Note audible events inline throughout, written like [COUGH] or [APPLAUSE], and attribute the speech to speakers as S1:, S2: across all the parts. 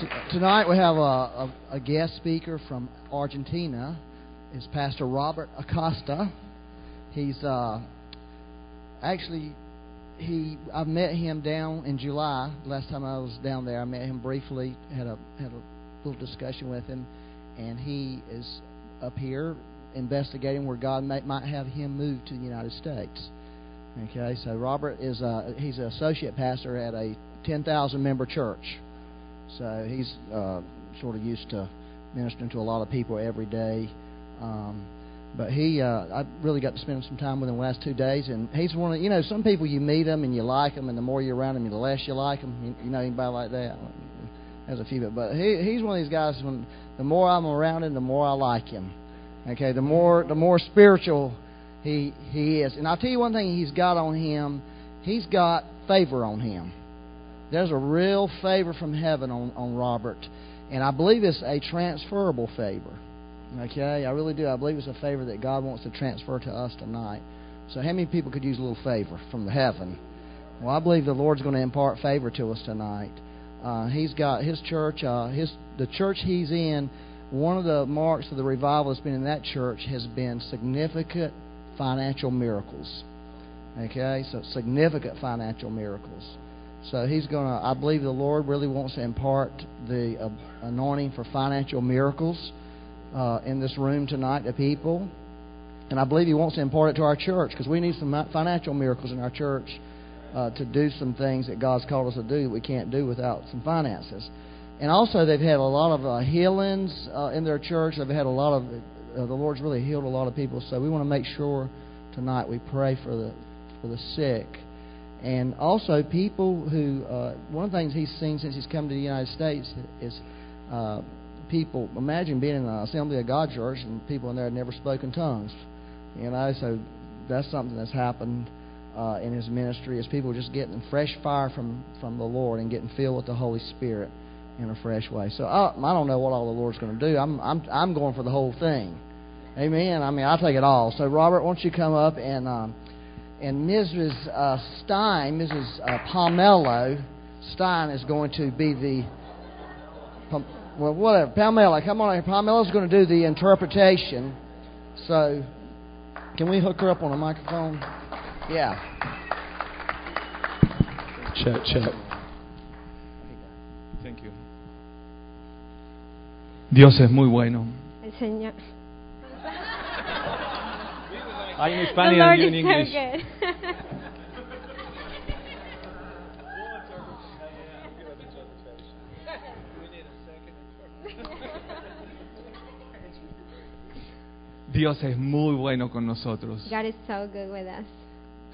S1: So, tonight we have a, a, a guest speaker from Argentina. It's Pastor Robert Acosta. He's uh, actually he I met him down in July. Last time I was down there, I met him briefly. had a had a little discussion with him, and he is up here investigating where God may, might have him move to the United States. Okay, so Robert is a, he's an associate pastor at a 10,000 member church. So he's uh, sort of used to ministering to a lot of people every day. Um, but he, uh, I really got to spend some time with him the last two days, and he's one of you know some people you meet them and you like them, and the more you're around them, the less you like them. You, you know anybody like that? There's a few, but but he he's one of these guys. When the more I'm around him, the more I like him. Okay, the more the more spiritual he he is, and I'll tell you one thing he's got on him. He's got favor on him there's a real favor from heaven on, on Robert. And I believe it's a transferable favor. Okay? I really do. I believe it's a favor that God wants to transfer to us tonight. So, how many people could use a little favor from the heaven? Well, I believe the Lord's going to impart favor to us tonight. Uh, he's got his church, uh, his the church he's in. One of the marks of the revival that's been in that church has been significant financial miracles. Okay, so significant financial miracles. So he's going to, I believe the Lord really wants to impart the uh, anointing for financial miracles uh, in this room tonight to people. And I believe he wants to impart it to our church because we need some financial miracles in our church uh, to do some things that God's called us to do that we can't do without some finances. And also, they've had a lot of uh, healings uh, in their church. They've had a lot of, uh, the Lord's really healed a lot of people. So we want to make sure tonight we pray for the, for the sick and also people who uh, one of the things he's seen since he's come to the United States is uh, people imagine being in an assembly of God church and people in there had never spoken tongues, you know. So that's something that's happened uh, in his ministry is people just getting fresh fire from from the Lord and getting filled with the Holy Spirit in a fresh way. So I, I don't know what all the Lord's going to do. I'm I'm I'm going for the whole thing. Amen. I mean, I take it all. So Robert, why don't you come up and. Um, and Mrs. Uh, Stein, Mrs. Uh, Palmello Stein is going to be the well, whatever. Palmello, come on here. Palmello's going to do the interpretation. So, can we hook her up on a microphone? Yeah.
S2: Check, check. Thank you. Dios es muy bueno.
S3: El Señor.
S2: I in Spanish and you in English.
S3: so good.
S2: [LAUGHS] Dios es muy bueno con nosotros.
S3: God is so good with us.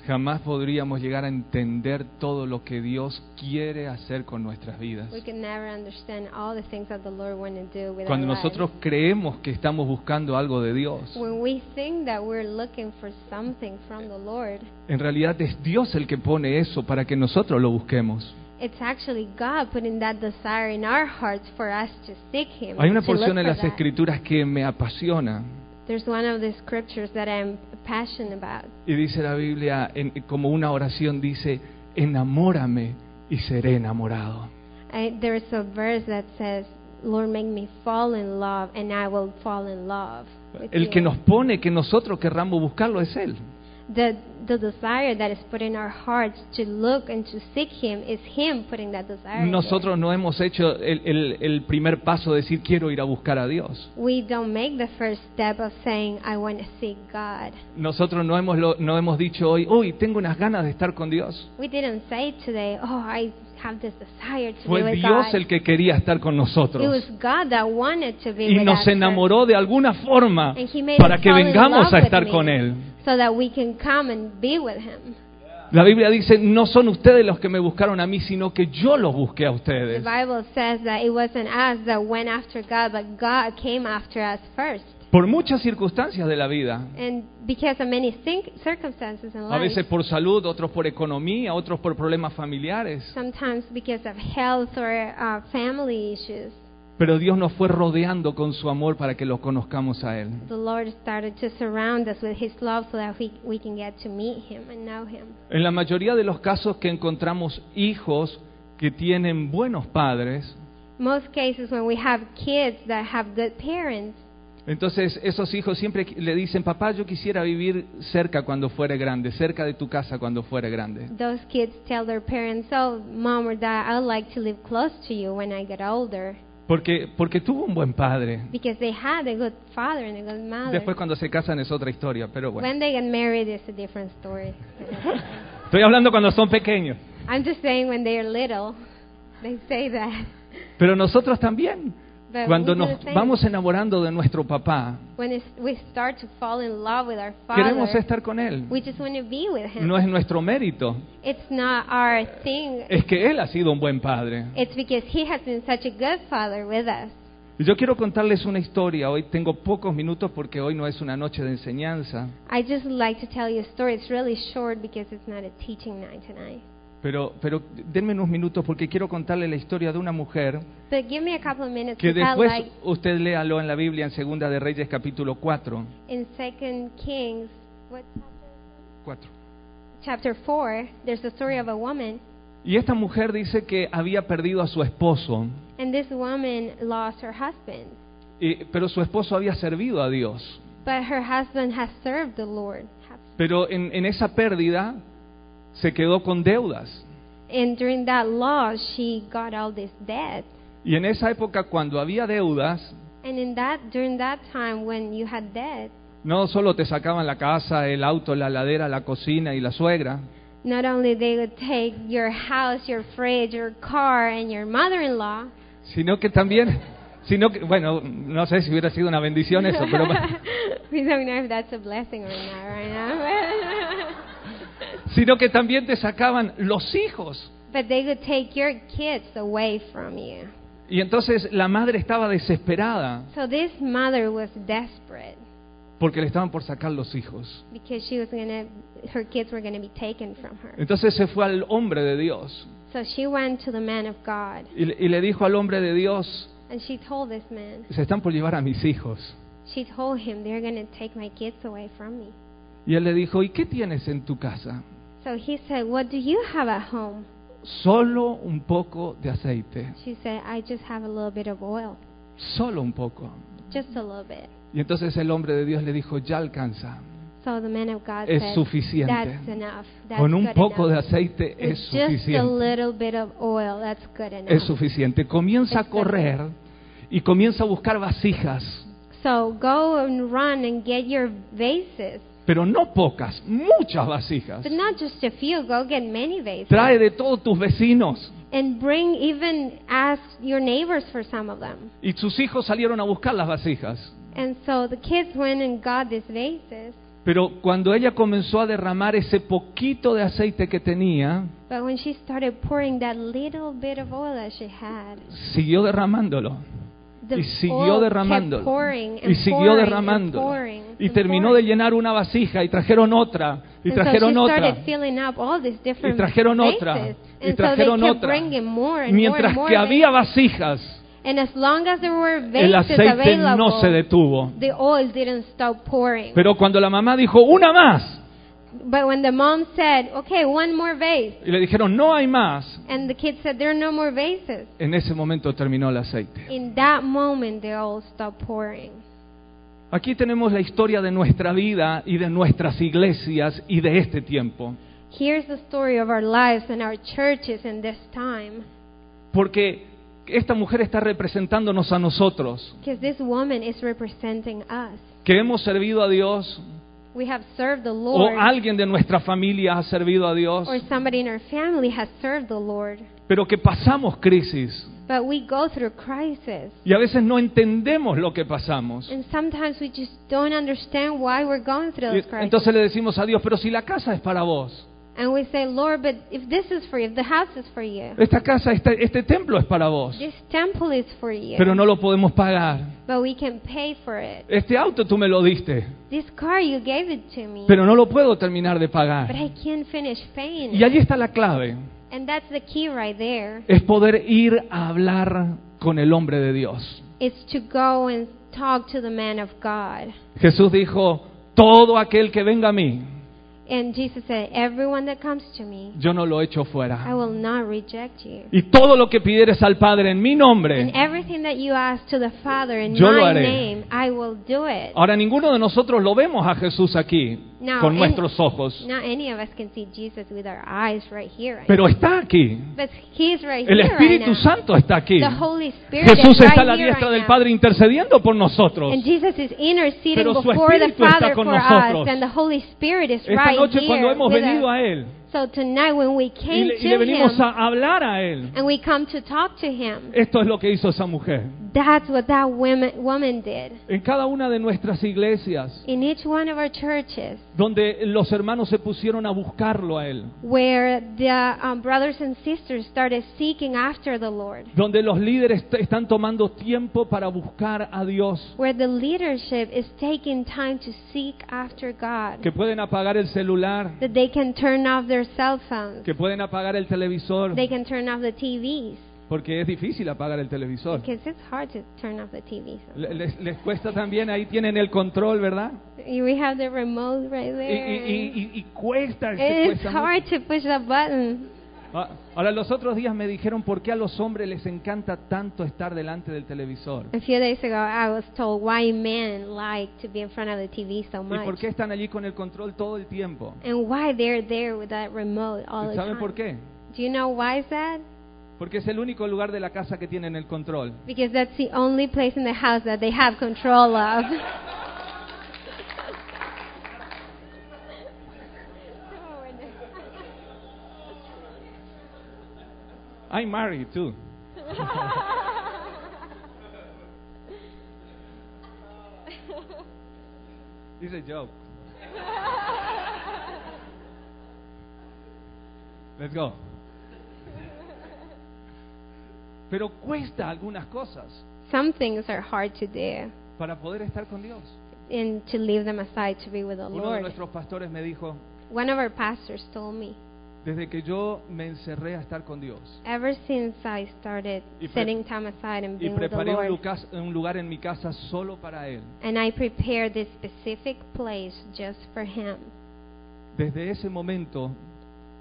S2: Jamás podríamos llegar a entender todo lo que Dios quiere hacer con nuestras vidas.
S3: We can never understand all the things that the Lord want to do with
S2: Cuando
S3: our
S2: nosotros
S3: lives.
S2: creemos que estamos buscando algo de Dios,
S3: When we think that we're looking for something from the Lord,
S2: en realidad es Dios el que pone eso para que nosotros lo busquemos.
S3: it's actually God putting that desire in our hearts for us to seek Him.
S2: Hay una
S3: to look
S2: porción en
S3: for
S2: las
S3: that.
S2: Escrituras que me apasiona.
S3: There's one of the scriptures that I'm passionate about.
S2: Y dice la Biblia, en- como una oración, dice, enamórame y seré enamorado.
S3: I, there's a verse that says, Lord, make me fall in love, and I will fall in love. with
S2: El
S3: you."
S2: que nos pone que nosotros querramos buscarlo es Él.
S3: the, the desire that is put in our hearts to look and to seek Him is Him putting that desire. in
S2: Nosotros no hemos hecho el, el- el primer paso de decir quiero ir a buscar a Dios.
S3: there. We don't make the first step of saying, I want to seek God.
S2: Nosotros no hemos, lo- no hemos dicho hoy, uy, tengo unas ganas de estar con Dios.
S3: We didn't say today, Oh, I have this desire to be
S2: Fue
S3: with
S2: Dios
S3: God.
S2: el que quería estar con
S3: It was
S2: nosotros.
S3: God that wanted to be
S2: Y
S3: with us
S2: nos
S3: first.
S2: enamoró de alguna forma
S3: And he made
S2: para
S3: us
S2: que
S3: fall in
S2: vengamos
S3: love
S2: a
S3: with
S2: estar
S3: me
S2: con Él.
S3: So that we can come and be with Him.
S2: La Biblia dice, no son ustedes los que me buscaron a mí, sino que yo los busqué a
S3: The
S2: ustedes.
S3: Bible says that it wasn't us that went after God, but God came after us first.
S2: Por muchas circunstancias de la vida.
S3: And because of many think- circumstances in
S2: A
S3: life,
S2: veces por salud, otros por economía, otros por problemas familiares.
S3: sometimes because of health or uh, family issues,
S2: Pero Dios nos fue rodeando con su amor para que lo conozcamos a Él.
S3: the Lord started to surround us with His love so that we, we can get to meet Him and know Him.
S2: En la mayoría de los casos que encontramos hijos que tienen buenos padres,
S3: most cases when we have kids that have good parents,
S2: Entonces esos hijos siempre qui- le dicen, papá, yo quisiera vivir cerca cuando fuera grande, cerca de tu casa cuando fuera grande.
S3: those kids tell their parents, "Oh, mom or dad, I'd like to live close to you when I get older."
S2: Porque, porque tuvo un buen padre.
S3: Because they had a good father and a good mother.
S2: Después cuando se casan es otra historia, pero bueno.
S3: When they get married is a different story. [LAUGHS]
S2: Estoy hablando cuando son pequeños.
S3: I'm just saying when they are little, they say that.
S2: Pero nosotros también.
S3: But
S2: Cuando
S3: we do
S2: nos
S3: the same.
S2: vamos enamorando de nuestro papá,
S3: When it's- we start to fall in love with our
S2: queremos
S3: father,
S2: estar con él.
S3: we just want to be with him.
S2: No es nuestro mérito,
S3: It's not our thing.
S2: es que él ha sido un buen padre.
S3: It's because he has been such a good father with us.
S2: Y Yo quiero contarles una historia. Hoy tengo pocos minutos porque hoy no es una noche de enseñanza.
S3: I just like to tell you a story. It's really short because it's not a teaching night tonight.
S2: Pero, pero denme unos minutos porque quiero contarles la historia de una mujer
S3: But give me a couple of minutes
S2: que
S3: because I
S2: después
S3: like
S2: usted léalo en la Biblia en Segunda de Reyes capítulo 4.
S3: in Second Kings, what chapter?
S2: 4.
S3: chapter 4, there's the story of a woman,
S2: Y esta mujer dice que había perdido a su esposo,
S3: and this woman lost her husband.
S2: y- pero su esposo había servido a Dios.
S3: But her husband has served the Lord.
S2: Pero en, en esa pérdida se quedó con deudas.
S3: And during that loss, she got all this debt.
S2: Y en esa época cuando había deudas,
S3: And in that, during that time when you had debt,
S2: no solo te sacaban la casa, el auto, la ladera, la cocina y la suegra,
S3: not only they would take your house, your fridge, your car, and your mother-in-law, [LAUGHS]
S2: sino que también, sino que, bueno, no sé si hubiera sido una bendición eso, pero
S3: we don't know if that's a blessing or not right now. [LAUGHS]
S2: sino que también te sacaban los hijos.
S3: but they would take your kids away from you.
S2: Y entonces la madre estaba desesperada
S3: So this mother was desperate.
S2: porque le estaban por sacar los hijos.
S3: because she was gonna, her kids were gonna be taken from her.
S2: Entonces se fue al hombre de Dios
S3: So she went to the man of God,
S2: y, le- y le dijo al hombre de Dios,
S3: and she told this man,
S2: se están por llevar a mis hijos.
S3: she told him, they're gonna take my kids away from me.
S2: Y él le dijo, ¿y qué tienes en tu casa?
S3: So he said, what do you have at home?
S2: Solo un poco de aceite,
S3: She said, I just have a little bit of oil,
S2: solo un poco.
S3: just a little bit.
S2: Y entonces el hombre de Dios le dijo, ya alcanza,
S3: So the man of God
S2: es
S3: said, that's
S2: suficiente.
S3: enough. That's
S2: Con un
S3: good
S2: poco de
S3: enough.
S2: aceite
S3: With
S2: es
S3: just a
S2: suficiente.
S3: little bit of oil, that's good enough.
S2: Es suficiente. Comienza a correr y comienza a buscar vasijas,
S3: So go and run and get your vases,
S2: pero no pocas, muchas vasijas.
S3: but not just a few. Go get many vases.
S2: Trae de todos tus vecinos.
S3: And bring even ask your neighbors for some of them.
S2: Y sus hijos salieron a buscar las vasijas.
S3: And so the kids went and got these vases.
S2: Pero cuando ella comenzó a derramar ese poquito de aceite que tenía,
S3: But when she started pouring that little bit of oil that she had,
S2: siguió derramándolo.
S3: the
S2: y siguió
S3: oil
S2: derramando
S3: kept pouring and
S2: y siguió
S3: pouring
S2: derramando
S3: and pouring
S2: y
S3: and
S2: terminó de
S3: pouring.
S2: llenar una vasija y trajeron otra y
S3: And so she
S2: trajeron otra
S3: started filling up all these
S2: y
S3: different
S2: trajeron
S3: vases.
S2: otra y
S3: And so they
S2: trajeron
S3: kept
S2: otra
S3: bringing more and more
S2: mientras
S3: and more
S2: que
S3: vases.
S2: había vasijas
S3: And as long as there were vases
S2: el aceite
S3: available,
S2: no se detuvo
S3: the oil didn't stop pouring.
S2: pero cuando la mamá dijo una más
S3: but when the mom said, "Okay, one more vase,"
S2: y le dijeron no hay más
S3: and the kids said, "There are no more vases."
S2: en ese momento terminó el aceite
S3: In that moment, they all stopped pouring.
S2: aquí tenemos la historia de nuestra vida y de nuestras iglesias y de este tiempo
S3: Here's the story of our lives and our churches in this time.
S2: porque esta mujer está representándonos a nosotros
S3: Because this woman is representing us.
S2: que hemos servido a Dios
S3: We have served the
S2: o
S3: Lord,
S2: alguien de nuestra familia ha servido a Dios,
S3: or somebody in our family has served the Lord.
S2: pero que pasamos crisis
S3: But we go through crisis.
S2: y a veces no entendemos lo que pasamos.
S3: And sometimes we just don't understand why we're going through
S2: Y
S3: those crises.
S2: entonces le decimos a Dios, pero si la casa es para vos,
S3: and we say, Lord, but if this is for you, if the house is for you,
S2: esta casa, este, este templo es para vos,
S3: this temple is for you,
S2: pero no lo podemos pagar.
S3: but we can pay for it.
S2: Este auto tú me lo diste,
S3: This car, you gave it to me.
S2: pero no lo puedo terminar de
S3: But
S2: pagar.
S3: I can't finish paying
S2: Y
S3: it.
S2: allí está la clave,
S3: And that's the key right there.
S2: es poder ir a hablar con el hombre de Dios.
S3: It's to go and talk to the man of God.
S2: Jesús dijo, todo aquel que venga a mí
S3: And Jesus said, Everyone that comes to me,
S2: yo no lo echo
S3: I
S2: fuera.
S3: will not reject you.
S2: Y todo lo que pidieres al Padre en mi
S3: And
S2: nombre.
S3: everything that you ask to the Father in
S2: Yo lo
S3: my
S2: haré.
S3: name, I will do it.
S2: Ahora ninguno de nosotros lo vemos a Jesús aquí
S3: No,
S2: con
S3: en-
S2: nuestros ojos,
S3: Not any of us can see Jesus with our eyes right here. Right
S2: pero está aquí.
S3: now. But He's right
S2: El
S3: here. right
S2: Espíritu
S3: now.
S2: Santo está aquí.
S3: The Holy Spirit
S2: Jesús
S3: is right
S2: está a la
S3: here
S2: diestra
S3: right
S2: del
S3: now.
S2: Padre intercediendo por nosotros.
S3: And Jesus is interceding
S2: Pero su
S3: before the
S2: Espíritu está
S3: Father
S2: con
S3: for
S2: nosotros.
S3: us, and the Holy Spirit is
S2: Esta
S3: right
S2: noche
S3: here
S2: cuando hemos
S3: with
S2: venido
S3: us.
S2: a Él
S3: So tonight when we
S2: y
S3: came
S2: le, y
S3: to
S2: le venimos
S3: Him,
S2: a hablar a Él,
S3: and we come to talk to Him,
S2: esto es lo que hizo esa mujer.
S3: that's what that women, woman did.
S2: En cada una de nuestras iglesias,
S3: In each one of our churches,
S2: donde los hermanos se pusieron a buscarlo a Él,
S3: where the um, brothers and sisters started seeking after the Lord,
S2: donde los líderes t- están tomando tiempo para buscar a Dios,
S3: where the leadership is taking time to seek after God,
S2: que pueden apagar el celular,
S3: that they can turn off their cell phones,
S2: que pueden apagar el televisor,
S3: they can turn off the TVs,
S2: porque es difícil apagar el televisor.
S3: because it's hard to turn off the TV.
S2: Le- Les, les cuesta también, ahí tienen el control, ¿verdad?
S3: We have the remote right
S2: Y,
S3: there.
S2: y- y- y- y cuesta, se
S3: It's
S2: cuesta mucho.
S3: hard to push the button.
S2: Ah, Ahora, los otros días me dijeron por qué a los hombres les encanta tanto estar delante del televisor.
S3: A few days ago, I was told why men like to be in front of the TV so
S2: ¿Y por
S3: much,
S2: qué están allí con el control todo el tiempo?
S3: and why they're there with that remote all the
S2: ¿Saben
S3: time.
S2: por qué?
S3: Do you know why is that?
S2: Porque es el único lugar de la casa que tienen el control.
S3: Because that's the only place in the house that they have
S2: [LAUGHS]
S3: control of.
S2: I'm married too. It's a joke. Let's go. Pero cuesta algunas cosas
S3: Some things are hard to do,
S2: para poder estar con Dios.
S3: and to leave them aside to be with the
S2: Uno de
S3: Lord.
S2: nuestros pastores me dijo,
S3: One of our pastors told me,
S2: desde que yo me encerré a estar con Dios
S3: ever since I started
S2: Y pre-
S3: setting time aside and
S2: y
S3: being with the
S2: preparé un
S3: Lord,
S2: lucas- un lugar en mi casa solo para Él,
S3: and I prepared this specific place just for Him.
S2: desde ese momento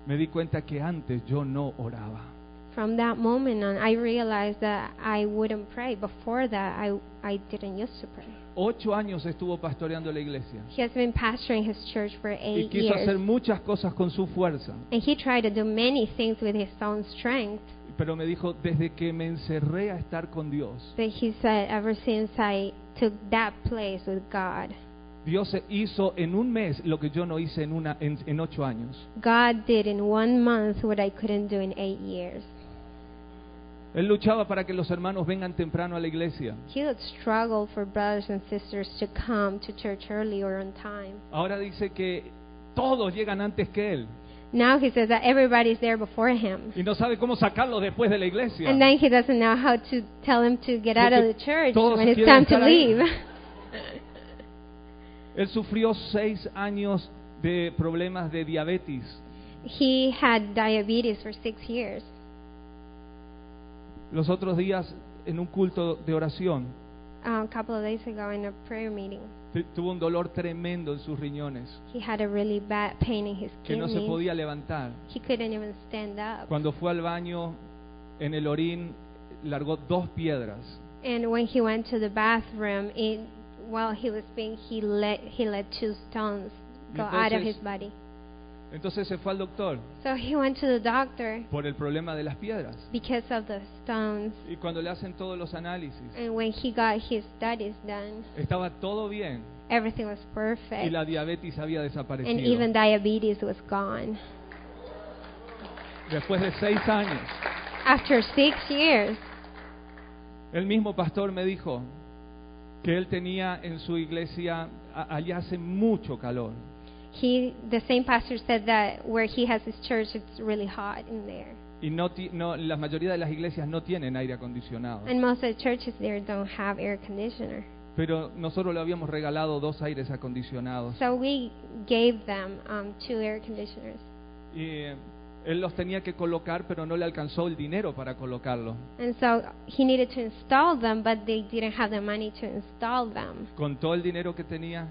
S2: me di cuenta que antes yo no oraba.
S3: From that moment on, I realized that I wouldn't pray. Before that, I, I didn't used to pray.
S2: Ocho años estuvo pastoreando la iglesia
S3: He has been pastoring his church for
S2: y
S3: eight
S2: quiso hacer
S3: years.
S2: muchas cosas con su fuerza.
S3: And he tried to do many things with his own strength.
S2: Pero me dijo, desde que me encerré a estar con Dios,
S3: But he said, ever since I took that place with God,
S2: Dios hizo en un mes lo que yo no hice en, una, en, en ocho años.
S3: God did in one month what I couldn't do in eight years.
S2: Él luchaba para que los hermanos vengan temprano a la iglesia.
S3: He would struggle for brothers and sisters to come to church early or on time.
S2: Ahora dice que todos llegan antes que Él
S3: Now he says that everybody's there before him.
S2: y no sabe cómo sacarlos después de la iglesia.
S3: And then he doesn't know how to tell him to get out of the church
S2: Todos
S3: when it's
S2: quieren
S3: time to
S2: estar ahí.
S3: leave. [LAUGHS]
S2: Él sufrió seis años de problemas de diabetes.
S3: He had diabetes for six years.
S2: Los otros días, en un culto de oración,
S3: Uh, a couple of days ago in a prayer meeting,
S2: tu- tuvo un dolor tremendo en sus riñones,
S3: he had a really bad pain in his
S2: que no se
S3: kidneys.
S2: podía levantar.
S3: He couldn't even stand up.
S2: Cuando fue al baño, en el orín, largó dos piedras.
S3: And when he went to the bathroom, it, while he was being, he let he let two stones go out of
S2: Entonces-
S3: his body.
S2: Entonces se fue al doctor
S3: So he went to the doctor
S2: por el problema de las piedras.
S3: because of the stones.
S2: Y cuando le hacen todos los análisis,
S3: And when he got his studies done,
S2: estaba todo bien
S3: everything was
S2: y
S3: perfect.
S2: la diabetes había
S3: And even
S2: desaparecido.
S3: diabetes was gone.
S2: Después de seis años,
S3: After six years,
S2: el mismo pastor me dijo que él tenía en su iglesia, a- allá hace mucho calor,
S3: he the same pastor said that where he has his church, it's really hot in there,
S2: Y no, ti- no, la mayoría de las iglesias no tienen aire acondicionado.
S3: and most of the churches there don't have air conditioner.
S2: Pero nosotros le habíamos regalado dos aires acondicionados.
S3: So we gave them um, two air conditioners,
S2: Y eh, él los tenía que colocar, pero no le alcanzó el dinero para colocarlo.
S3: and so he needed to install them, but they didn't have the money to install them.
S2: Con todo el dinero que tenía,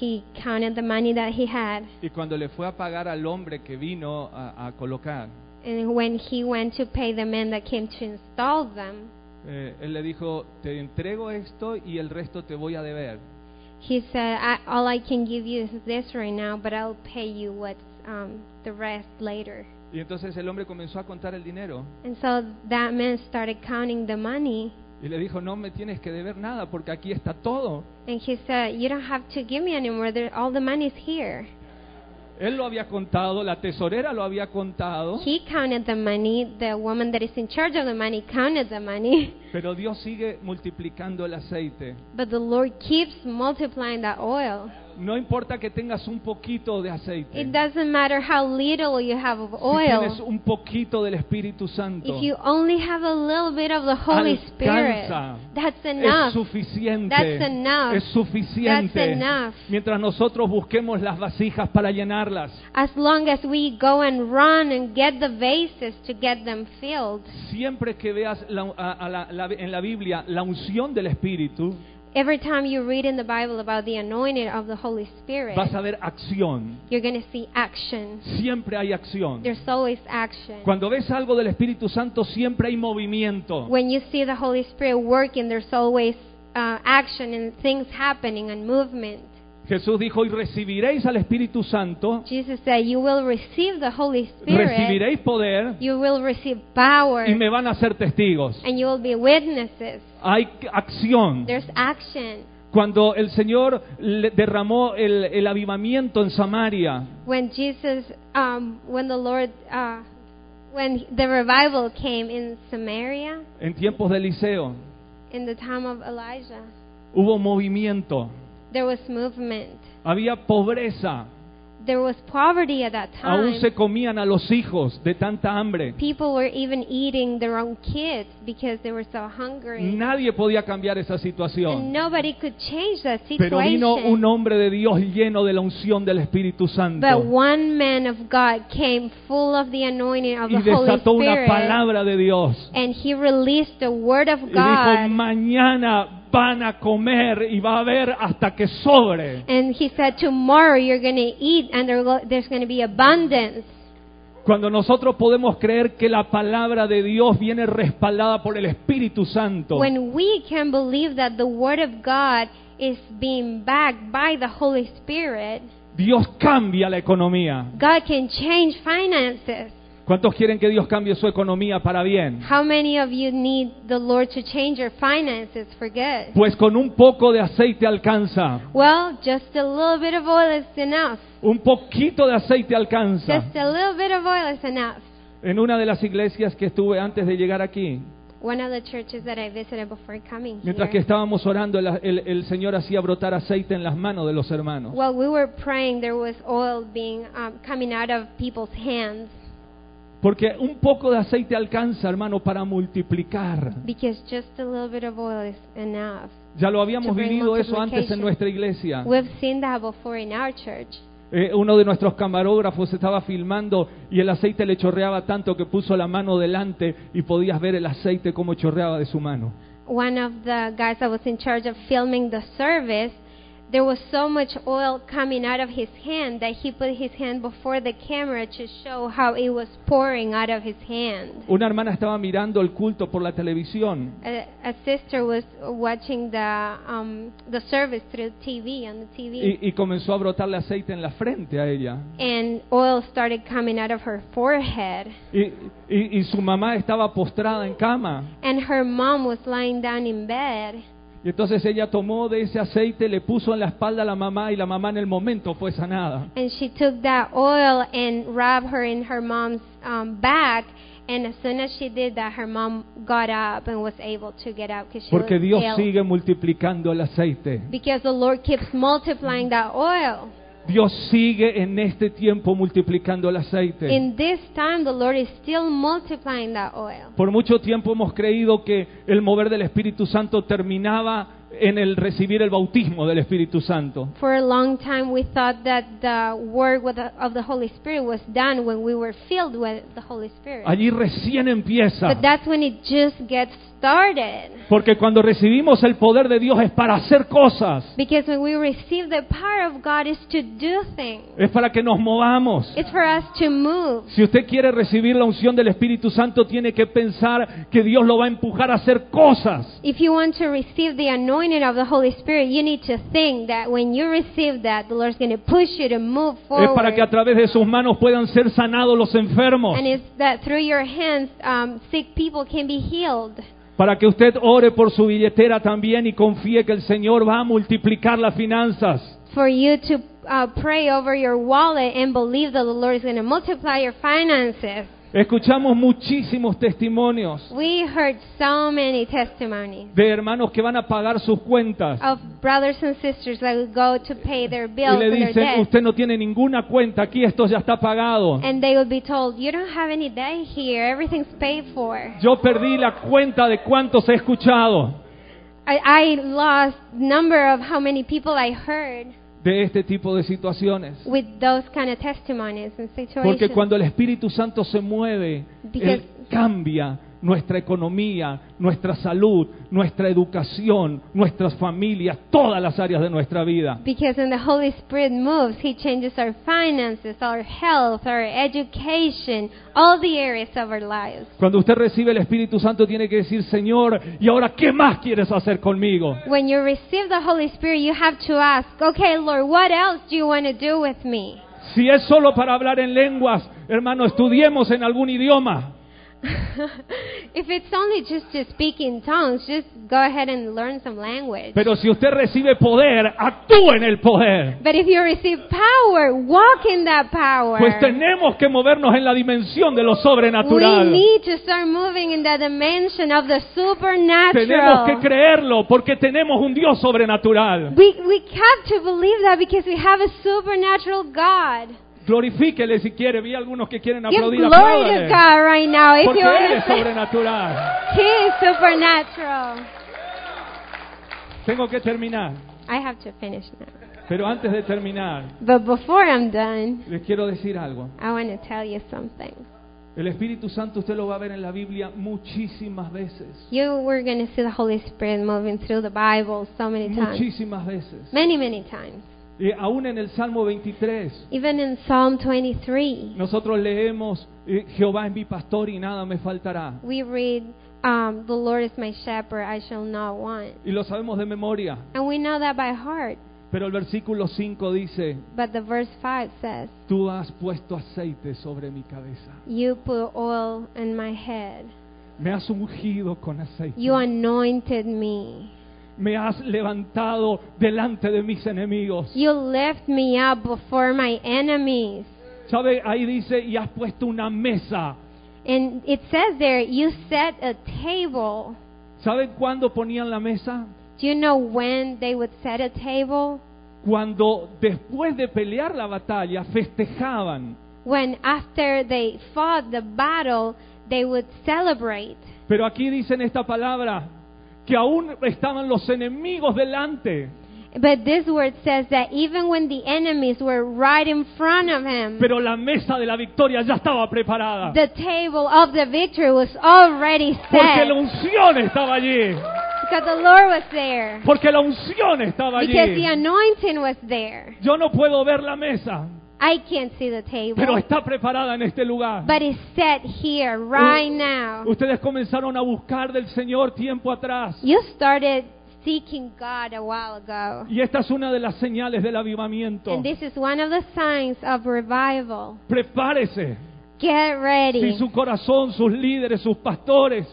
S3: he counted the money that he had.
S2: Y cuando le fue a pagar al hombre que vino a, a colocar,
S3: And when he went to pay the men that came to install them,
S2: eh, él le dijo, te entrego esto y el resto te voy a deber.
S3: he said, I, All I can give you is this right now, but I'll pay you what's um, the rest later.
S2: Y entonces el hombre comenzó a contar el dinero
S3: And so that man started counting the money,
S2: y le dijo, no me tienes que deber nada porque aquí está todo.
S3: and he said, You don't have to give me anymore. There, all the money's here.
S2: Él lo había contado, la tesorera lo había contado,
S3: He counted the money. The woman that is in charge of the money counted the money. [LAUGHS]
S2: pero Dios sigue multiplicando el aceite.
S3: But the Lord keeps multiplying that oil.
S2: No importa que tengas un poquito de aceite.
S3: It doesn't matter how little you have of
S2: Si tienes
S3: oil.
S2: un poquito del Espíritu Santo,
S3: If you only have a little bit of the Holy Spirit,
S2: Alcanza.
S3: that's
S2: es
S3: enough.
S2: suficiente.
S3: That's enough.
S2: Es suficiente.
S3: That's enough.
S2: Mientras nosotros busquemos las vasijas para llenarlas,
S3: As long as we go and run and get the vases to get them filled,
S2: siempre que veas la- a- a la- la- en la Biblia la unción del Espíritu,
S3: every time you read in the Bible about the anointing of the Holy Spirit,
S2: vas a ver acción.
S3: you're going to see action.
S2: Siempre hay acción.
S3: There's always action.
S2: Cuando ves algo del Espíritu Santo, siempre hay movimiento.
S3: When you see the Holy Spirit working, there's always uh, action and things happening and movement.
S2: Jesús dijo, y recibiréis al Espíritu Santo,
S3: Jesus said, You will receive the Holy Spirit,
S2: recibiréis poder
S3: you will receive power,
S2: y me van a ser testigos.
S3: and you will be witnesses.
S2: Hay acción.
S3: There's action.
S2: Cuando el Señor le derramó el, el avivamiento en Samaria,
S3: When Jesus, um, when the Lord, uh, when the revival came in Samaria,
S2: en tiempos de Eliseo,
S3: in the time of Elijah,
S2: hubo movimiento,
S3: there was movement.
S2: había pobreza,
S3: There was poverty at that
S2: aún
S3: time.
S2: se comían a los hijos de tanta hambre.
S3: People were even eating their own kids because they were so hungry.
S2: Nadie podía cambiar esa situación.
S3: And nobody could change that situation.
S2: Pero vino un hombre de Dios lleno de la unción del Espíritu
S3: But
S2: Santo
S3: one man of God came full of the anointing of
S2: y
S3: the Holy
S2: desató una
S3: Spirit,
S2: palabra de Dios.
S3: and he released the word of
S2: Y dijo,
S3: God.
S2: mañana van a comer y va a haber hasta que sobre.
S3: And he said, "Tomorrow you're going to eat, and there will- there's going to be abundance."
S2: Cuando nosotros podemos creer que la palabra de Dios viene respaldada por el Espíritu Santo,
S3: When we can believe that the word of God is being backed by the Holy Spirit,
S2: Dios cambia la economía.
S3: God can change finances.
S2: ¿Cuántos quieren que Dios cambie su economía para bien?
S3: How many of you need the Lord to change your finances for good?
S2: Pues con un poco de aceite alcanza.
S3: Well, just a little bit of oil is enough.
S2: Un poquito de aceite alcanza.
S3: Just a little bit of oil is enough.
S2: En una de las iglesias que estuve antes de llegar aquí,
S3: One of the churches that I visited before coming
S2: mientras que
S3: here,
S2: estábamos orando, el, el- el Señor hacía brotar aceite en las manos de los hermanos.
S3: while we were praying, there was oil being um, coming out of people's hands
S2: Porque un poco de aceite alcanza, hermano, para multiplicar.
S3: because just a little bit of oil is enough.
S2: Ya lo habíamos
S3: To bring
S2: vivido eso antes en
S3: multiplication.
S2: nuestra iglesia.
S3: We've seen that before in our church.
S2: Eh, uno de nuestros camarógrafos estaba filmando y el aceite le chorreaba tanto que puso la mano delante y podías ver el aceite como chorreaba de su mano.
S3: One of the guys that was in charge of filming the service, there was so much oil coming out of his hand that he put his hand before the camera to show how it was pouring out of his hand.
S2: Una hermana estaba mirando el culto por la televisión
S3: a, a sister was watching the um, the service through TV on the TV,
S2: y, y comenzó a brotarle aceite en la frente a ella.
S3: and oil started coming out of her forehead.
S2: Y, y- y su mamá estaba postrada en cama.
S3: And her mom was lying down in bed,
S2: Y entonces ella tomó de ese aceite, le puso en la espalda a la mamá y la mamá en el momento fue sanada.
S3: and she took that oil and rubbed her in her mom's um, back. And as soon as she did that, her mom got up and was able to get up because she
S2: Porque
S3: was
S2: Dios
S3: ill.
S2: sigue multiplicando el aceite.
S3: Because the Lord keeps multiplying that oil.
S2: Dios sigue en este tiempo multiplicando el aceite.
S3: In this time, the Lord is still multiplying that oil.
S2: Por mucho tiempo hemos creído que el mover del Espíritu Santo terminaba en el recibir el bautismo del Espíritu Santo.
S3: For a long time, we thought that the work with the, of the Holy Spirit was done when we were filled with the Holy Spirit.
S2: Allí recién empieza.
S3: But that's when it just gets started.
S2: Porque cuando recibimos el poder de Dios es para hacer cosas,
S3: Because when we receive the power of God is to do things.
S2: es para que nos movamos.
S3: It's for us to move.
S2: Si usted quiere recibir la unción del Espíritu Santo, tiene que pensar que Dios lo va a empujar a hacer cosas.
S3: If you want to receive the anointing of the Holy Spirit, you need to think that when you receive that, the Lord's going to push you to move
S2: Es
S3: forward.
S2: para que a través de sus manos puedan ser sanados los enfermos.
S3: and it's that through your hands, um, sick people can be healed.
S2: Para que usted ore por su billetera también y confíe que el Señor va a multiplicar las finanzas.
S3: For you to uh, pray over your wallet and believe that the Lord is going to multiply your finances.
S2: Escuchamos muchísimos testimonios
S3: We heard so many testimonies
S2: de hermanos que van a pagar sus cuentas
S3: of brothers and sisters that would go to pay their
S2: y
S3: bills
S2: le
S3: and their
S2: dicen,
S3: debts.
S2: usted no tiene ninguna cuenta aquí, esto ya está pagado.
S3: And they would be told, you don't have any debt here. Everything's paid for.
S2: Yo perdí la cuenta de cuántos he escuchado
S3: I, I lost number of how many people I heard
S2: de este tipo de situaciones.
S3: with those kind of testimonies and situations.
S2: Porque cuando el Espíritu Santo se mueve,
S3: Because-
S2: Él cambia nuestra economía, nuestra salud, nuestra educación, nuestras familias, todas las áreas de nuestra vida.
S3: Because when the Holy Spirit moves, He changes our finances, our health, our education, all the areas of our lives.
S2: Cuando usted recibe el Espíritu Santo tiene que decir, Señor, ¿y ahora qué más quieres hacer conmigo?
S3: When you receive the Holy Spirit, you have to ask, okay, Lord, what else do you want to do with me? [LAUGHS]
S2: Si es solo para hablar en lenguas, hermano, estudiemos en algún idioma.
S3: if it's only just to speak in tongues, just go ahead and learn some language.
S2: Pero si usted recibe poder, actúe en el poder.
S3: But if you receive power, walk in that power.
S2: Pues tenemos que movernos en la dimensión de lo
S3: We
S2: sobrenatural.
S3: need to start moving in the dimension of the
S2: Tenemos que
S3: supernatural.
S2: creerlo porque tenemos un Dios sobrenatural.
S3: We, we have to believe that because we have a supernatural God.
S2: Glorifíquele si quiere. Vi algunos que quieren
S3: Give
S2: aplaudir.
S3: glory to
S2: apláudale.
S3: God right now. If
S2: Porque
S3: you
S2: Él es
S3: understand,
S2: sobrenatural.
S3: He is supernatural.
S2: Tengo que terminar.
S3: I have to finish now.
S2: Pero antes de terminar,
S3: But before I'm done,
S2: les quiero decir algo.
S3: I want to tell you something.
S2: El Espíritu Santo usted lo va a ver en la Biblia muchísimas veces.
S3: You were going to see the Holy Spirit moving through the Bible so many times.
S2: Muchísimas veces.
S3: Many, many times.
S2: Y aún en el Salmo 23,
S3: Even in Psalm 23,
S2: nosotros leemos, eh, Jehová es mi pastor y nada me faltará.
S3: we read, um, The Lord is my shepherd, I shall not want.
S2: Y lo sabemos de memoria.
S3: And we know that by heart.
S2: Pero el versículo 5 dice,
S3: But the verse 5 says,
S2: Tú has puesto aceite sobre mi cabeza.
S3: You put oil in my head.
S2: Me has ungido con aceite.
S3: You anointed me.
S2: Me has levantado delante de mis enemigos.
S3: You lift me up before my enemies.
S2: ¿Sabe? Ahí dice, y has puesto una mesa.
S3: And it says there, You set a table.
S2: ¿Saben cuándo ponían la mesa?
S3: Do you know when they would set a table?
S2: Cuando después de pelear la batalla festejaban.
S3: When after they fought the battle, they would celebrate.
S2: Pero aquí dicen esta palabra, que aún estaban los enemigos delante.
S3: But this word says that even when the enemies were right in front of him,
S2: Pero la mesa de la victoria ya estaba preparada.
S3: the table of the victory was already
S2: Porque
S3: set.
S2: la unción estaba allí.
S3: Because the Lord was there.
S2: Porque la unción estaba allí.
S3: Because the anointing was there.
S2: Yo no puedo ver la mesa,
S3: I can't see the
S2: pero
S3: table.
S2: está preparada en este lugar.
S3: But it's set here right now.
S2: Ustedes comenzaron a buscar del Señor tiempo atrás.
S3: You started seeking God a while ago.
S2: Y esta es una de las señales del avivamiento.
S3: And this is one of the signs of revival.
S2: Prepárese.
S3: Get
S2: Si
S3: ready.
S2: su corazón, sus líderes, sus pastores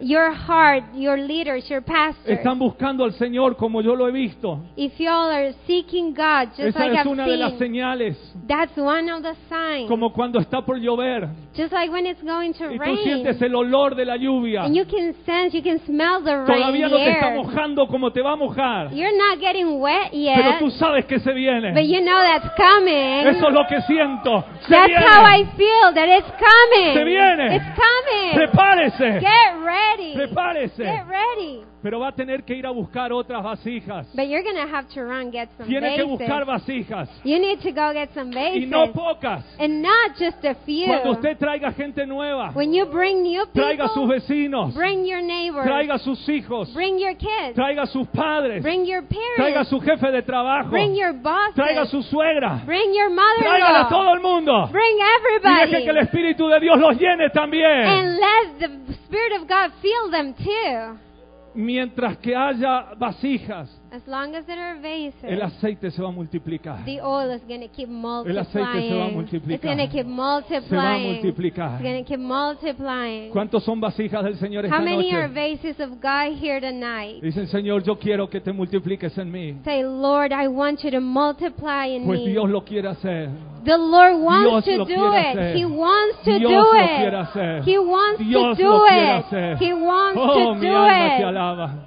S3: Your heart, your leaders, your pastors.
S2: están buscando al Señor como yo lo he visto.
S3: If y'all are seeking God, just
S2: Esa
S3: like
S2: es
S3: I've
S2: una de las
S3: seen,
S2: señales.
S3: that's one of the signs.
S2: Como cuando está por llover
S3: Just like when it's going to
S2: y tú sientes
S3: rain,
S2: el olor de la lluvia.
S3: and you can sense, you can smell the rain
S2: Todavía
S3: in
S2: no
S3: the
S2: te está
S3: air.
S2: mojando como te va a mojar.
S3: You're not getting wet
S2: Pero
S3: yet,
S2: tú sabes que se
S3: but
S2: viene.
S3: you know that's coming.
S2: Eso es lo que siento. Se
S3: that's how I
S2: viene.
S3: feel that it's coming.
S2: Se viene.
S3: It's coming.
S2: Prepárese.
S3: Get ready.
S2: Prepárese.
S3: Get ready.
S2: pero va a tener que ir a buscar otras vasijas.
S3: But you're going to have to run get some
S2: Tiene que buscar
S3: bases.
S2: vasijas
S3: You need to go get some
S2: y
S3: bases.
S2: no pocas.
S3: and not just a few.
S2: Cuando usted traiga gente nueva,
S3: when you bring new
S2: traiga a sus
S3: people,
S2: vecinos,
S3: bring your neighbors,
S2: traiga a sus hijos,
S3: bring your kids,
S2: traiga a sus padres,
S3: bring your
S2: traiga a
S3: parents,
S2: su jefe de trabajo,
S3: bring your bosses,
S2: traiga a su suegra,
S3: bring your
S2: tráigala a
S3: mother-in-law,
S2: todo el mundo.
S3: bring
S2: Y
S3: everybody,
S2: deje que el Espíritu de Dios los llene también.
S3: and let the Spirit of God fill them too.
S2: Mientras que haya vasijas,
S3: As long as there are vases,
S2: el aceite se va a multiplicar.
S3: the oil is going to keep multiplying.
S2: aceite se va a multiplicar.
S3: It's going to keep multiplying.
S2: Se va a multiplicar.
S3: It's going to keep multiplying.
S2: ¿Cuántos son vasijas del Señor
S3: How
S2: esta
S3: many are
S2: noche?
S3: vases of God here tonight?
S2: Dicen, Señor, yo quiero que te multipliques en mí.
S3: Say, Lord, I want you to multiply in
S2: Pues
S3: me.
S2: Dios lo quiere hacer.
S3: the Lord wants
S2: Dios lo
S3: to do
S2: quiere
S3: it.
S2: hacer.
S3: He wants to
S2: Dios
S3: do
S2: lo
S3: it.
S2: quiere hacer.
S3: He wants
S2: Dios
S3: to do
S2: lo quiere
S3: it.
S2: hacer.
S3: He wants
S2: Oh,
S3: to
S2: mi
S3: do
S2: alma te
S3: it.
S2: alaba.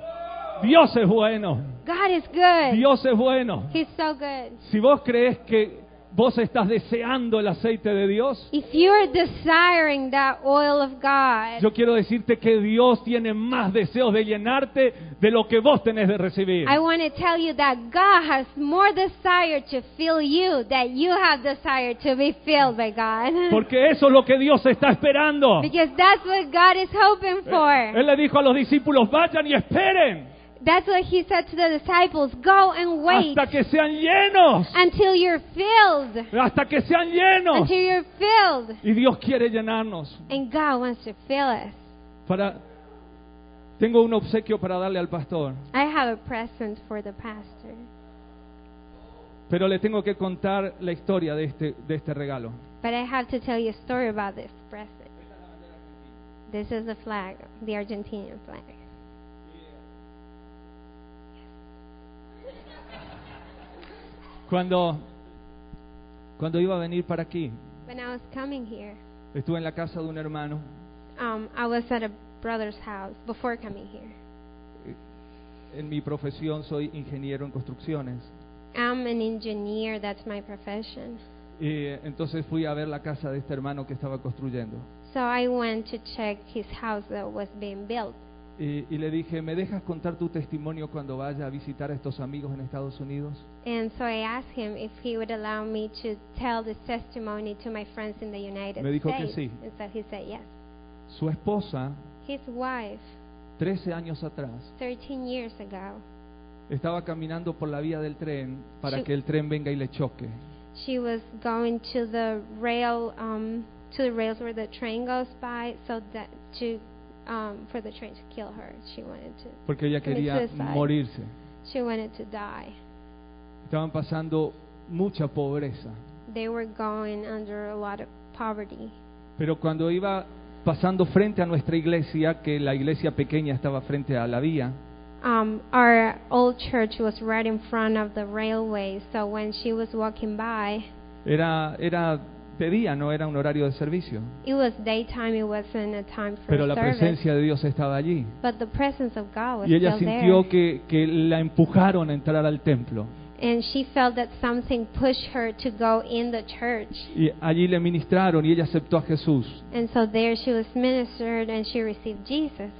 S2: Dios es bueno.
S3: God is good.
S2: Dios es bueno.
S3: He's so good.
S2: Si vos crees que vos estás deseando el aceite de Dios,
S3: If you are desiring that oil of God,
S2: yo quiero decirte que Dios tiene más deseos de llenarte de lo que vos tenés de recibir.
S3: I want to tell you that God has more desire to fill you than you have desire to be filled by God. [LAUGHS]
S2: Porque eso es lo que Dios está esperando.
S3: because that's what God is hoping
S2: Eh,
S3: for.
S2: Él le dijo a los discípulos, vayan y esperen
S3: That's what he said to the disciples go and wait
S2: hasta que sean llenos,
S3: until you're filled.
S2: hasta que sean llenos.
S3: Until you're filled.
S2: Y Dios quiere llenarnos.
S3: And God wants to fill us.
S2: Para... Tengo un obsequio para darle al pastor,
S3: I have a present for the pastor.
S2: pero le tengo que contar la historia de este, de este regalo.
S3: But I have to tell you a story about this present. This is the flag, the Argentinian flag.
S2: Cuando, cuando iba a venir para aquí,
S3: When I was coming here,
S2: estuve en la casa de un hermano
S3: um, I was at a brother's house before coming here.
S2: En mi profesión soy ingeniero en construcciones.
S3: I'm an engineer, that's my profession.
S2: Y eh, entonces fui a ver la casa de este hermano que estaba construyendo.
S3: So I went to check his house that was being built.
S2: Y, y le dije, ¿me dejas contar tu testimonio cuando vaya a visitar a estos amigos en Estados Unidos?
S3: And so I asked him if he would allow me to tell this testimony to my friends in the United
S2: Me dijo que
S3: States.
S2: sí.
S3: And so he said yes.
S2: Su esposa,
S3: His wife,
S2: 13 años atrás,
S3: 13 years ago,
S2: estaba caminando por la vía del tren para
S3: Sí.
S2: que el tren venga y le choque.
S3: she was going to the rail, um, to the rails where the train goes by, so that to, um, for the train to kill her. She wanted to,
S2: Porque ella
S3: Commit
S2: quería
S3: suicide.
S2: morirse.
S3: she wanted to die.
S2: Estaban pasando mucha pobreza.
S3: They were going under a lot of poverty.
S2: Pero cuando iba pasando frente a nuestra iglesia, que la iglesia pequeña estaba frente a la vía,
S3: Um, our old church was right in front of the railway, so when she was walking by,
S2: Era, era de día, no era un horario de servicio.
S3: It was daytime, it wasn't a time for
S2: Pero la
S3: service.
S2: presencia de Dios estaba allí.
S3: But the presence of God was
S2: Y ella
S3: still
S2: sintió
S3: there.
S2: que, que la empujaron a entrar al templo.
S3: And she felt that something pushed her to go in the church.
S2: Y allí le ministraron y ella aceptó a Jesús.
S3: And so there she was ministered and she received Jesus.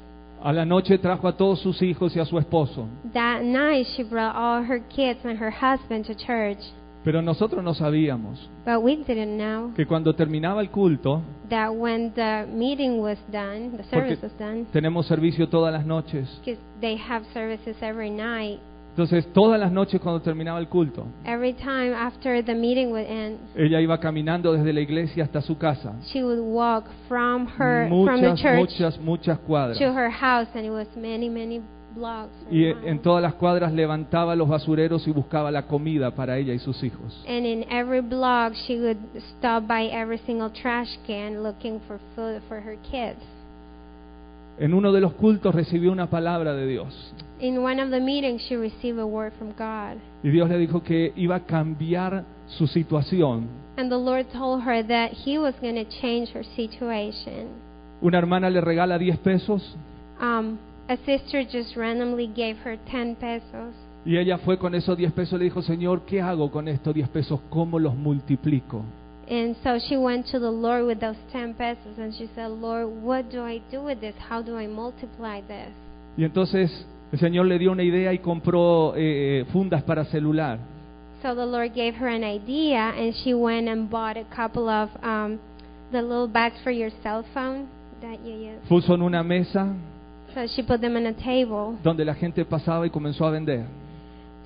S2: A la noche trajo a todos sus hijos y a su esposo.
S3: That night she brought all her kids and her husband to church.
S2: Pero nosotros no sabíamos
S3: But we didn't know
S2: que cuando terminaba el culto,
S3: that when the meeting was done, the
S2: porque
S3: service was done,
S2: tenemos servicio todas las noches.
S3: because they have services every night.
S2: Entonces, todas las noches cuando terminaba el culto,
S3: Every time after the meeting would end,
S2: ella iba caminando desde la iglesia hasta su casa.
S3: she would walk from her from the
S2: muchas,
S3: church
S2: muchas, muchas cuadras.
S3: to her house, and it was many, many blocks. or
S2: Y
S3: miles.
S2: en todas las cuadras levantaba los basureros y buscaba la comida para ella y sus hijos.
S3: and in every block, she would stop by every single trash can looking for food for her kids.
S2: En uno de los cultos recibió una palabra de Dios.
S3: In one of the meetings, she received a word from God,
S2: Y Dios le dijo que iba a cambiar su situación.
S3: and the Lord told her that He was going to change her situation.
S2: Una hermana le regala 10 pesos
S3: Um, a sister just randomly gave her 10 pesos.
S2: y ella fue con esos 10 pesos y le dijo, Señor, ¿qué hago con estos 10 pesos? ¿Cómo los multiplico?
S3: And so she went to the Lord with those 10 pesos and she said, Lord, what do I do with this? How do I multiply this?
S2: Y entonces El Señor le dio una idea y compró eh, fundas para celular.
S3: So the Lord gave her an idea, and she went and bought a couple of um, the little bags for your cell phone that you use.
S2: Puso en una mesa
S3: So she put them on a table.
S2: donde la gente pasaba y comenzó a vender.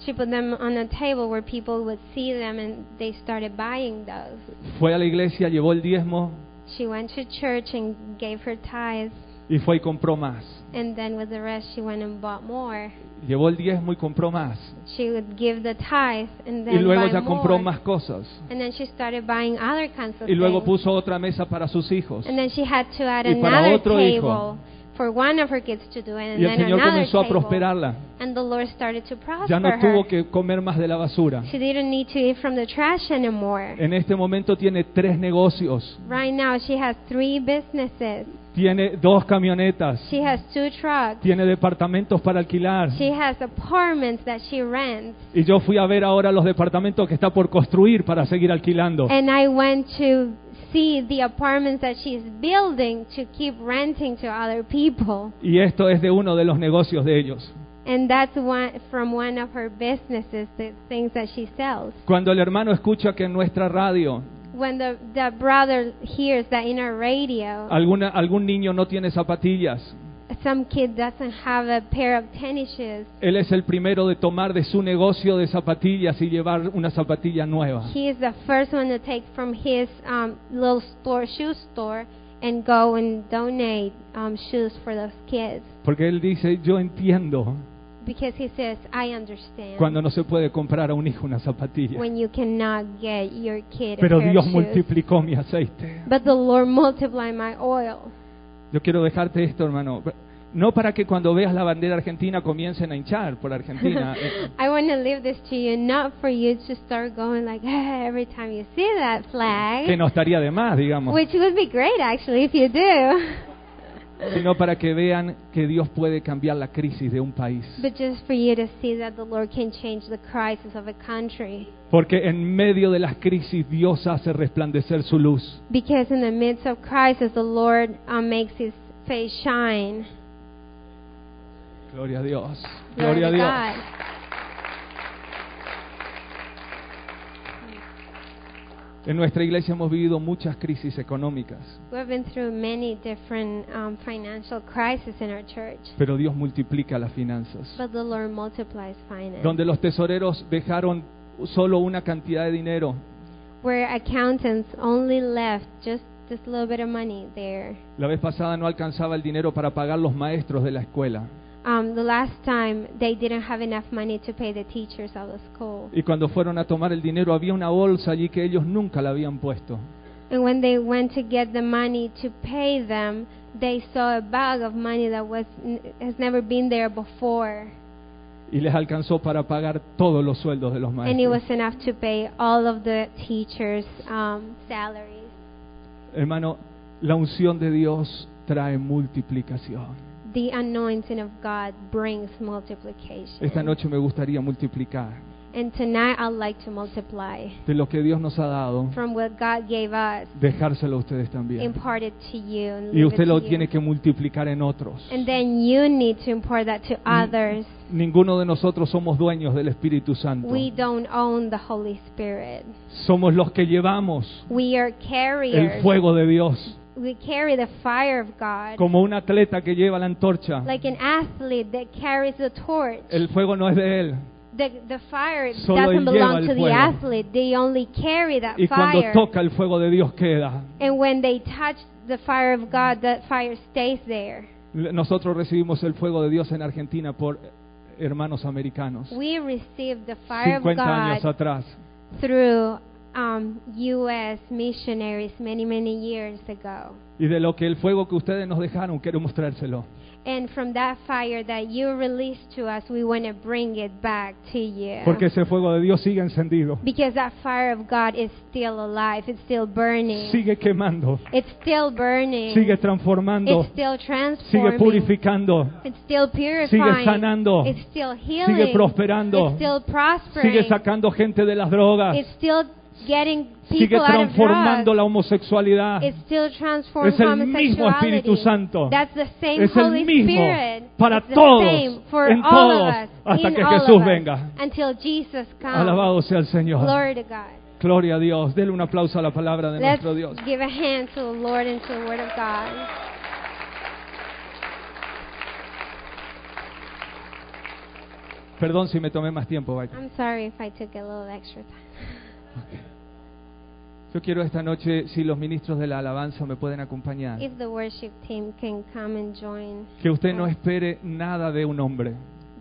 S3: She put them on a table where people would see them, and they started buying those.
S2: Fue a la iglesia, llevó el diezmo
S3: She went to church and gave her tithes,
S2: y fue y compró más.
S3: and then with the rest, she went and bought more.
S2: Llevó el diezmo y compró más.
S3: She would give the tithe, and
S2: Y
S3: then
S2: luego
S3: buy
S2: ya compró
S3: more.
S2: más cosas.
S3: And then she started buying other kinds of
S2: Y luego
S3: things.
S2: puso otra mesa para sus hijos.
S3: And then she had to add
S2: Y para
S3: another
S2: otro hijo.
S3: table for one of her kids to do it, and
S2: Y el
S3: then
S2: Señor
S3: another
S2: comenzó a
S3: table.
S2: prosperarla.
S3: And the Lord started to prosper
S2: Ya no tuvo
S3: her.
S2: que comer más de la basura.
S3: She didn't need to eat from the trash anymore.
S2: En este momento tiene tres negocios.
S3: Right now, she has three businesses.
S2: Tiene dos camionetas.
S3: She has two trucks.
S2: Tiene departamentos para alquilar.
S3: She has apartments that she rents.
S2: Y yo fui a ver ahora los departamentos que está por construir para seguir alquilando.
S3: And I went to see the apartments that she's building to keep renting to other people.
S2: Y esto es de uno de los negocios de ellos.
S3: And that's one, from one of her businesses, the things that she sells.
S2: Cuando el hermano escucha que en nuestra radio
S3: When the, the brother hears that in our radio,
S2: alguna, algún niño no tiene zapatillas,
S3: some kid doesn't have a pair of tennis shoes,
S2: él es el primero de tomar de su negocio de zapatillas y llevar una zapatilla nueva.
S3: he is the first one to take from his um, little store, shoe store, and go and donate um, shoes for those kids.
S2: Porque él dice, yo entiendo
S3: Because he says, I understand
S2: cuando no se puede comprar a un hijo una zapatilla.
S3: when you cannot get your kid
S2: Pero
S3: a pair
S2: Dios
S3: of shoes.
S2: multiplicó mi aceite.
S3: But the Lord multiply my oil.
S2: Yo quiero dejarte esto, hermano. No para que cuando veas la bandera argentina comiencen a hinchar por
S3: [LAUGHS]
S2: Argentina. Eh,
S3: I want to leave this to you, not for you to start going like [LAUGHS] every time you see that flag.
S2: que no estaría de más, digamos.
S3: Which would be great, actually, if you do.
S2: Sino
S3: [LAUGHS]
S2: para que vean que Dios puede cambiar la crisis de un país.
S3: But just for you to see that the Lord can change the crisis of a country.
S2: Porque en medio de las crisis Dios hace resplandecer su luz.
S3: Because in the midst of crisis, the Lord uh, makes His face shine.
S2: Gloria a Dios.
S3: Glory
S2: Gloria a
S3: to
S2: Dios.
S3: God.
S2: En nuestra iglesia hemos vivido muchas crisis económicas,
S3: We've been through many different um, financial crises in our church.
S2: pero Dios multiplica las finanzas.
S3: But the Lord multiplies finance.
S2: Donde los tesoreros dejaron solo una cantidad de dinero,
S3: Where accountants only left just this little bit of money there.
S2: La vez pasada no alcanzaba el dinero para pagar los maestros de la escuela.
S3: Um, the last time, they didn't have enough money to pay the teachers of the school.
S2: Y cuando fueron a tomar el dinero había una bolsa allí que ellos nunca la habían puesto.
S3: And when they went to get the money to pay them, they saw a bag of money that was n- has never been there before,
S2: Y les alcanzó para pagar todos los sueldos de los
S3: and it was
S2: maestros.
S3: enough to pay all of the teachers' um, salaries.
S2: Hermano, la unción de Dios trae multiplicación.
S3: The anointing of God brings
S2: Esta
S3: multiplication.
S2: noche me gustaría multiplicar
S3: And tonight I'd like to multiply
S2: de lo que Dios nos ha dado,
S3: from what God gave us,
S2: dejárselo a ustedes también.
S3: impart it to you, and
S2: Y
S3: leave it
S2: usted lo
S3: to
S2: tiene
S3: you.
S2: que multiplicar en otros.
S3: And then you need to impart that
S2: Mm.
S3: to others.
S2: Ninguno de nosotros somos dueños del Espíritu Santo.
S3: We don't own the Holy Spirit.
S2: Somos los que llevamos
S3: We are
S2: el
S3: carriers.
S2: fuego de Dios.
S3: We carry the fire of God.
S2: Como un atleta que lleva la antorcha.
S3: Like an athlete that carries the torch.
S2: El fuego no es de él.
S3: The, the fire
S2: Solo él
S3: doesn't
S2: lleva el
S3: belong to the
S2: fuego.
S3: athlete. They only carry that
S2: Y cuando
S3: fire.
S2: toca el fuego de Dios queda.
S3: And when they touch the fire of God, that fire stays there.
S2: Nosotros recibimos el fuego de Dios en Argentina por hermanos americanos.
S3: We received the fire of
S2: 50
S3: God
S2: años atrás.
S3: through um, U.S. missionaries many, many years ago.
S2: Y de lo que el fuego que ustedes nos dejaron, quiero mostrárselo.
S3: And from that fire that you released to us, we want to bring it back to you.
S2: Porque ese fuego de Dios sigue encendido.
S3: Because that fire of God is still alive. It's still burning.
S2: Sigue quemando.
S3: It's still burning.
S2: Sigue transformando.
S3: It's still
S2: Sigue
S3: transforming.
S2: purificando.
S3: It's still purifying.
S2: Sigue sanando.
S3: It's still healing.
S2: Sigue prosperando.
S3: It's still prospering.
S2: Sigue sacando gente de las drogas.
S3: It's still getting
S2: Sigue
S3: people out of
S2: transformando
S3: drugs.
S2: la homosexualidad.
S3: It's still transforming
S2: Es el mismo Espíritu
S3: homosexuality.
S2: Santo.
S3: That's the same
S2: Es el
S3: Holy
S2: mismo.
S3: Spirit.
S2: para
S3: It's the
S2: todos,
S3: same for
S2: en
S3: all
S2: todos,
S3: of us,
S2: hasta
S3: in
S2: que
S3: all of
S2: Jesús
S3: us,
S2: venga.
S3: Until Jesus comes.
S2: Alabado sea el Señor.
S3: Glory to God.
S2: Gloria a Dios. Dele un aplauso a la palabra de
S3: Let's
S2: nuestro Dios.
S3: give a hand to the Lord and to the Word of God.
S2: Perdón si me tomé más tiempo, Byron.
S3: I'm sorry if I took a little extra time.
S2: Yo quiero esta noche, si los ministros de la alabanza me pueden acompañar,
S3: If the worship team can come and join,
S2: que usted no espere nada de un hombre.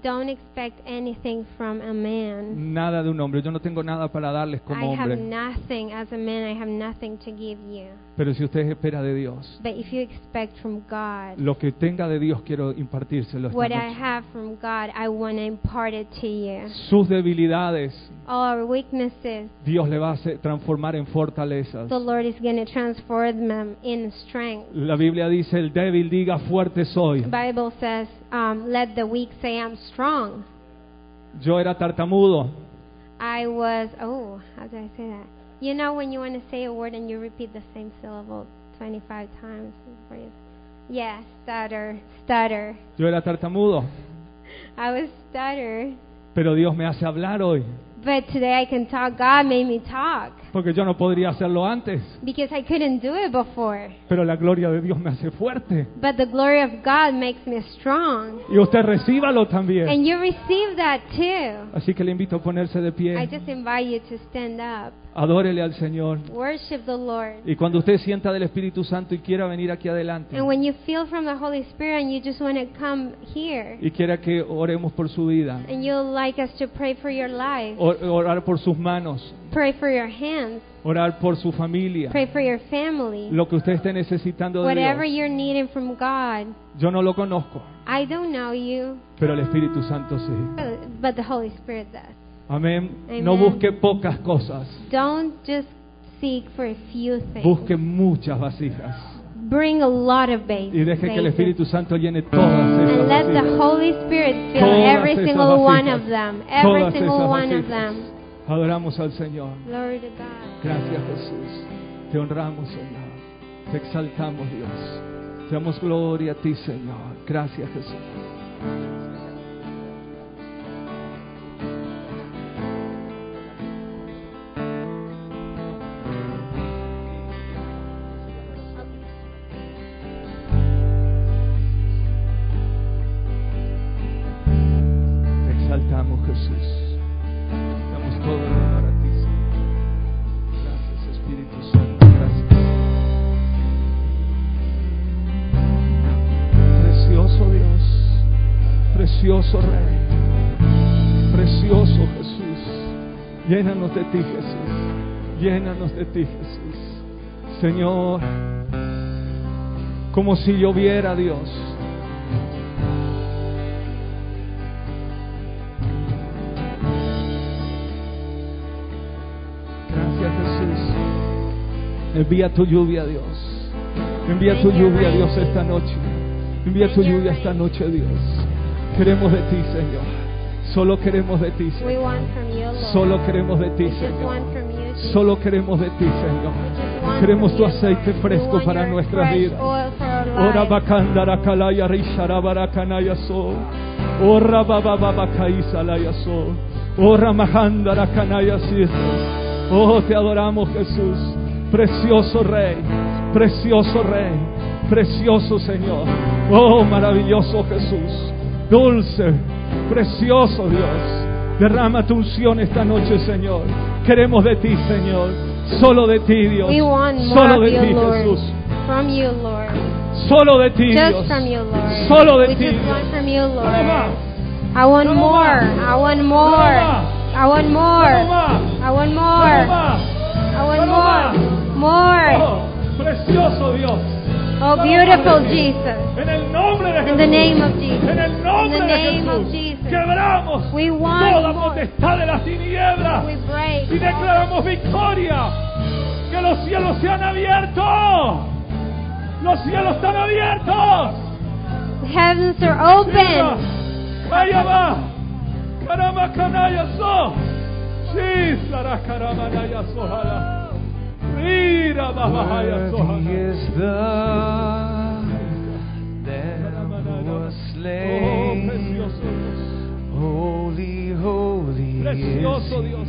S3: don't expect anything from a man.
S2: Nada de un hombre. Yo no tengo nada para darles Mm, como
S3: I have
S2: hombre.
S3: nothing as a man. I have nothing to give you.
S2: Pero si usted espera de Dios,
S3: But if you expect from God,
S2: lo que tenga de Dios quiero impartírselo esta
S3: what I
S2: noche.
S3: have from God, I want to impart it to you.
S2: Sus debilidades,
S3: All our weaknesses,
S2: Dios le va a hacer- transformar en fortalezas.
S3: the Lord is going to transform them in strength.
S2: La Biblia dice, el débil diga fuerte soy.
S3: The Bible says, um, "Let the weak say I'm strong."
S2: Yo era tartamudo.
S3: I was. Oh, how did I say that? You know when you want to say a word and you repeat the same syllable 25 times before you. Yeah, stutter, stutter.
S2: Yo era tartamudo.
S3: I was stutter,
S2: Pero Dios me hace hablar hoy.
S3: but today I can talk. God made me talk
S2: Porque yo no podría hacerlo antes.
S3: because I couldn't do it before.
S2: Pero la gloria de Dios me hace fuerte.
S3: But the glory of God makes me strong,
S2: Y usted recíbalo también.
S3: and you receive that too.
S2: Así que le invito a ponerse de
S3: I
S2: pie.
S3: just invite you to stand up,
S2: Adórele al Señor.
S3: worship the Lord.
S2: Y cuando usted sienta del Espíritu Santo y quiera venir aquí adelante
S3: And when you feel from the Holy Spirit and you just want to come here,
S2: y quiera que oremos por su vida,
S3: and you'll like us to pray for your life,
S2: or- orar por sus manos,
S3: pray for your hands,
S2: orar por su familia,
S3: pray for your family,
S2: lo que usted esté necesitando de
S3: whatever
S2: Dios.
S3: you're needing from God.
S2: Yo no lo conozco,
S3: I don't know you,
S2: pero el Espíritu Santo sí.
S3: but the Holy Spirit does.
S2: Amén.
S3: Amén.
S2: No busque pocas cosas,
S3: Don't just seek for a few
S2: busque
S3: things.
S2: muchas vasijas
S3: Bring a lot of base.
S2: y deje que el
S3: bases.
S2: Espíritu Santo llene todas esas
S3: And let the
S2: vasijas.
S3: Holy Spirit fill
S2: Todas
S3: every
S2: esas
S3: single one
S2: vasijas.
S3: of them. Every
S2: Todas
S3: single
S2: esas
S3: one of
S2: vasijas.
S3: them.
S2: Adoramos al Señor.
S3: Glory to God.
S2: Gracias Jesús. Te honramos Señor. Te exaltamos Dios. Te damos gloria a ti Señor. Gracias Jesús. Te exaltamos Jesús. Damos todo el honor a ti Señor. Gracias Espíritu Santo. Gracias. Precioso Dios. Precioso Rey. Precioso Jesús. Llénanos de ti Jesús. Llénanos de ti Jesús. Señor. Como si lloviera Dios. Gracias Jesús. Envía tu lluvia, Dios. Envía tu lluvia, Dios, esta noche. Envía tu lluvia esta noche, Dios. Queremos de ti, Señor. Solo queremos de ti,
S3: We
S2: Señor.
S3: want from you, Lord.
S2: Solo queremos de
S3: We
S2: ti,
S3: just want
S2: Señor.
S3: from you, Jesus.
S2: Solo queremos de ti, Señor.
S3: We just want
S2: Queremos
S3: from
S2: tu
S3: you,
S2: aceite
S3: Lord.
S2: fresco
S3: We want
S2: para
S3: your
S2: nuestra
S3: fresh
S2: vida.
S3: oil for our
S2: Ora
S3: lives.
S2: bakandara kalaya rishara barakanaya so. Ora baba baba kaisa laya so. Ora mahandara kanaya sirtes. Oh, te adoramos Jesús, precioso Rey, precioso Rey, precioso Señor. Oh, maravilloso Jesús, dulce, precioso Dios. Derrama tu unción esta noche, Señor. Queremos de ti, Señor. Solo de ti, Dios.
S3: We want more
S2: Solo
S3: of
S2: de
S3: you,
S2: ti,
S3: Lord.
S2: Jesús.
S3: From you, Lord.
S2: Solo de ti,
S3: Just
S2: Dios.
S3: from you, Lord.
S2: Solo de
S3: we
S2: ti,
S3: just
S2: Dios.
S3: want from you,
S2: No más,
S3: Lord. I want
S2: No
S3: more.
S2: más.
S3: I want
S2: no
S3: more.
S2: más,
S3: I want
S2: no
S3: more.
S2: más,
S3: I want
S2: no
S3: more.
S2: más.
S3: I
S2: No
S3: want more. More.
S2: Oh, precioso Dios.
S3: Oh, beautiful Jesus.
S2: En el nombre de Jesús.
S3: In the name of Jesus.
S2: En el nombre
S3: In the
S2: de
S3: name of
S2: Jesús.
S3: Jesus.
S2: Quebramos
S3: We
S2: toda
S3: want more.
S2: potestad de las tinieblas
S3: We
S2: y
S3: break.
S2: declaramos victoria. Que los cielos se han abierto. Los cielos están abiertos.
S3: Heavens are open.
S2: Vaya va. Caramba, canalla, so. Sí, Sara, caramba, naya, sojala. Rira, babahaya,
S4: Worthy
S2: sojala.
S4: is the Lamb who was slain.
S2: maravilloso Dios.